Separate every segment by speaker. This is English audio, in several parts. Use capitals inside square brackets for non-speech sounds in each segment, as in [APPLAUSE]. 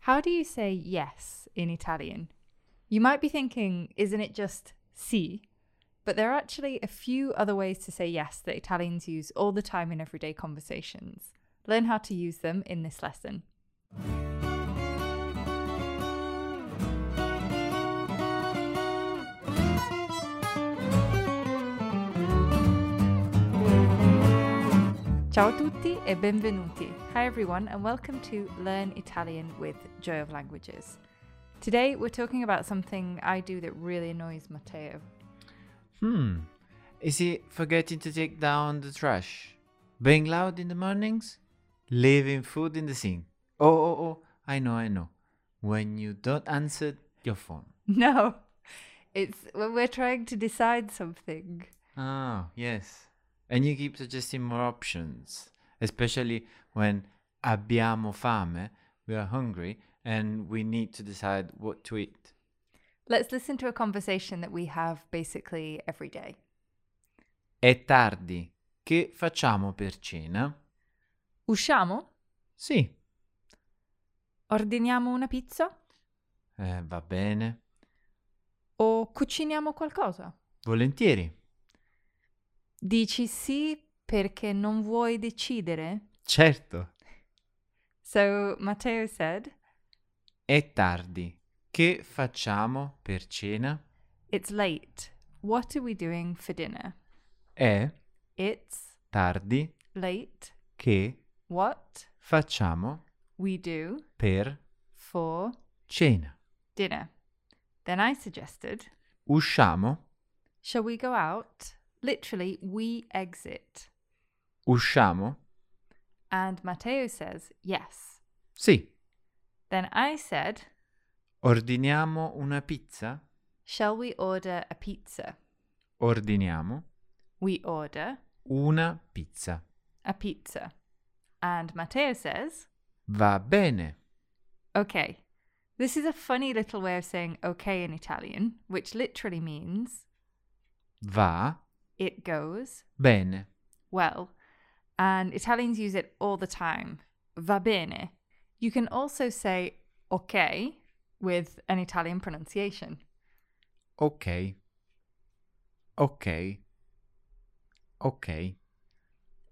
Speaker 1: How do you say yes in Italian? You might be thinking, isn't it just sì? But there are actually a few other ways to say yes that Italians use all the time in everyday conversations. Learn how to use them in this lesson. Ciao a tutti e benvenuti. Hi everyone and welcome to Learn Italian with Joy of Languages. Today we're talking about something I do that really annoys Matteo. [LAUGHS]
Speaker 2: Hmm. Is it forgetting to take down the trash? Being loud in the mornings? Leaving food in the sink? Oh, oh, oh, I know, I know. When you don't answer your phone.
Speaker 1: No. It's when we're trying to decide something.
Speaker 2: Ah, yes. And you keep suggesting more options, especially when abbiamo fame, we are hungry, and we need to decide what to eat.
Speaker 1: Let's listen to a conversation that we have basically every day.
Speaker 2: È tardi. Che facciamo per cena?
Speaker 1: Usciamo?
Speaker 2: Sì.
Speaker 1: Ordiniamo una pizza?
Speaker 2: Eh, va bene.
Speaker 1: O cuciniamo qualcosa?
Speaker 2: Volentieri.
Speaker 1: Dici sì perché non vuoi decidere?
Speaker 2: Certo.
Speaker 1: So Matteo said,
Speaker 2: È tardi. Che facciamo per cena?
Speaker 1: It's late. What are we doing for dinner?
Speaker 2: È
Speaker 1: It's
Speaker 2: tardi
Speaker 1: late.
Speaker 2: che
Speaker 1: What
Speaker 2: facciamo
Speaker 1: we do
Speaker 2: per
Speaker 1: for
Speaker 2: cena.
Speaker 1: dinner. Then I suggested,
Speaker 2: Usciamo,
Speaker 1: shall we go out? Literally, we exit.
Speaker 2: usciamo,
Speaker 1: And Matteo says, yes.
Speaker 2: sì.
Speaker 1: Then I said,
Speaker 2: Ordiniamo una pizza?
Speaker 1: shall we order a pizza?
Speaker 2: Ordiniamo
Speaker 1: We order
Speaker 2: una pizza.
Speaker 1: a pizza. And Matteo says,
Speaker 2: Va bene.
Speaker 1: okay. This is a funny little way of saying okay in Italian, which literally means
Speaker 2: Va
Speaker 1: it goes
Speaker 2: bene.
Speaker 1: well, and Italians use it all the time. Va bene. You can also say okay with an Italian pronunciation.
Speaker 2: Ok. Ok. Ok.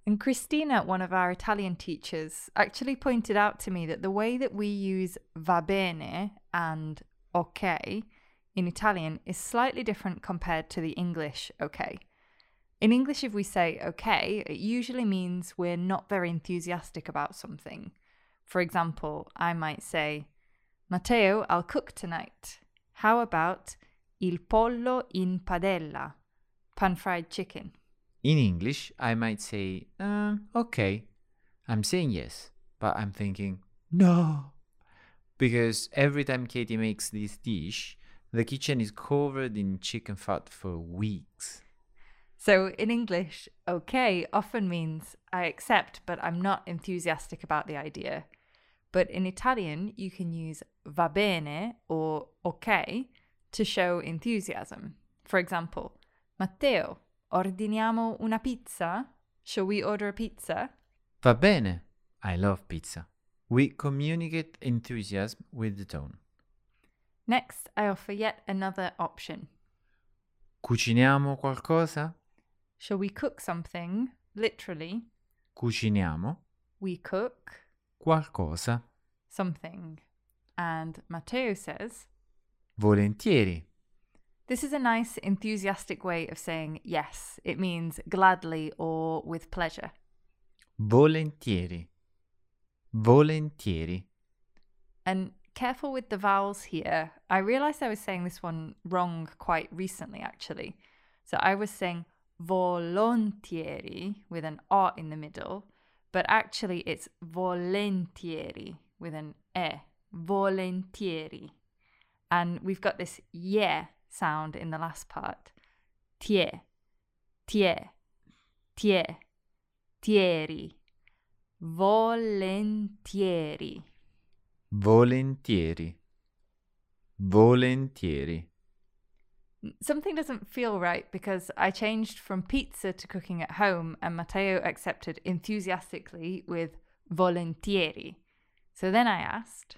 Speaker 1: And Christina, one of our Italian teachers, actually pointed out to me that the way that we use va bene and okay in Italian is slightly different compared to the English okay. In English, if we say okay, it usually means we're not very enthusiastic about something. For example, I might say, Matteo, I'll cook tonight. How about il pollo in padella? Pan fried chicken.
Speaker 2: In English, I might say, uh, okay. I'm saying yes, but I'm thinking, no. Because every time Katie makes this dish, the kitchen is covered in chicken fat for weeks.
Speaker 1: So in English, okay often means I accept, but I'm not enthusiastic about the idea. But in Italian, you can use va bene or ok to show enthusiasm. For example, Matteo, ordiniamo una pizza? Shall we order a pizza?
Speaker 2: Va bene. I love pizza. We communicate enthusiasm with the tone.
Speaker 1: Next, I offer yet another option.
Speaker 2: Cuciniamo qualcosa?
Speaker 1: Shall we cook something? Literally,
Speaker 2: Cuciniamo
Speaker 1: we cook
Speaker 2: qualcosa.
Speaker 1: something. And Matteo says,
Speaker 2: Volentieri.
Speaker 1: This is a nice, enthusiastic way of saying yes. It means gladly or with pleasure.
Speaker 2: Volentieri. Volentieri.
Speaker 1: And careful with the vowels here. I realized I was saying this one wrong quite recently, actually. So I was saying volontieri with an R in the middle, but actually it's volentieri with an E. Volentieri. And we've got this yeah sound in the last part. Tie, tie, tie, tieri. Volentieri.
Speaker 2: Volentieri. Volentieri.
Speaker 1: Something doesn't feel right because I changed from pizza to cooking at home, and Matteo accepted enthusiastically with volentieri. So then I asked,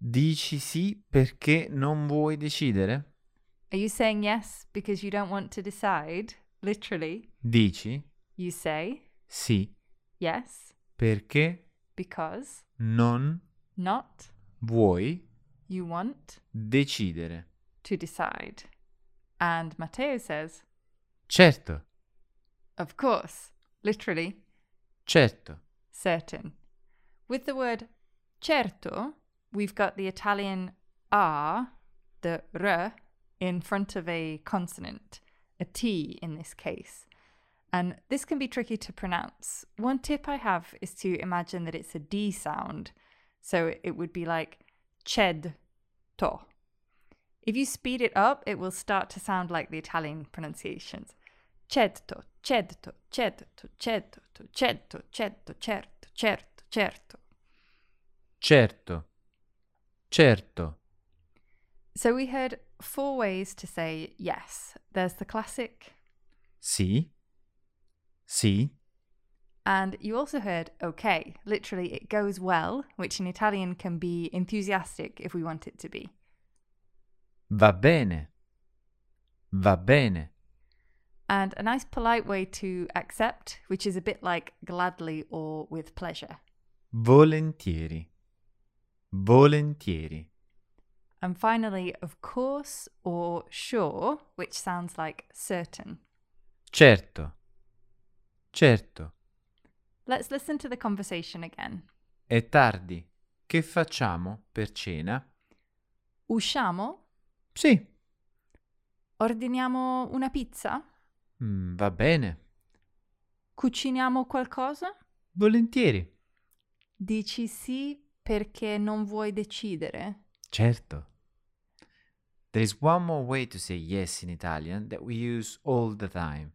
Speaker 2: Dici sì perché non vuoi decidere?
Speaker 1: Are you saying yes because you don't want to decide? Literally,
Speaker 2: Dici
Speaker 1: you say
Speaker 2: sì
Speaker 1: yes
Speaker 2: perché
Speaker 1: because
Speaker 2: non
Speaker 1: not
Speaker 2: vuoi
Speaker 1: you want
Speaker 2: decidere.
Speaker 1: to decide. And Matteo says,
Speaker 2: Certo,
Speaker 1: of course, literally
Speaker 2: certo.
Speaker 1: certain. With the word certo, we've got the Italian R, the R, in front of a consonant, a T in this case. And this can be tricky to pronounce. One tip I have is to imagine that it's a D sound. So it would be like ced to. If you speed it up, it will start to sound like the Italian pronunciations. Certo, certo, certo, certo, certo, certo, certo, certo, certo.
Speaker 2: Certo. Certo.
Speaker 1: So we heard four ways to say yes. There's the classic,
Speaker 2: Sì. Sì.
Speaker 1: and you also heard okay. Literally, it goes well, which in Italian can be enthusiastic if we want it to be.
Speaker 2: Va bene. Va bene.
Speaker 1: And a nice polite way to accept, which is a bit like gladly or with pleasure.
Speaker 2: Volentieri. Volentieri.
Speaker 1: And finally, of course or sure, which sounds like certain.
Speaker 2: Certo. Certo.
Speaker 1: Let's listen to the conversation again.
Speaker 2: È tardi. Che facciamo per cena?
Speaker 1: Usciamo?
Speaker 2: Sì.
Speaker 1: Ordiniamo una pizza?
Speaker 2: Mm, va bene.
Speaker 1: Cuciniamo qualcosa?
Speaker 2: Volentieri.
Speaker 1: Dici sì perché non vuoi decidere.
Speaker 2: Certo. There is one more way to say yes in Italian that we use all the time,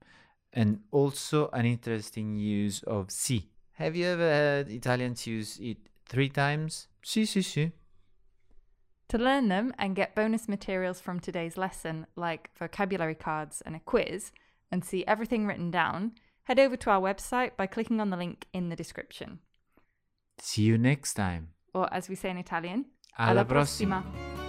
Speaker 2: and also an interesting use of sì. Have you ever heard Italians use it three times? Sì, sì, sì.
Speaker 1: To learn them and get bonus materials from today's lesson, like vocabulary cards and a quiz, and see everything written down, head over to our website by clicking on the link in the description.
Speaker 2: See you next time.
Speaker 1: Or, as we say in Italian,
Speaker 2: Alla prossima.
Speaker 1: prossima.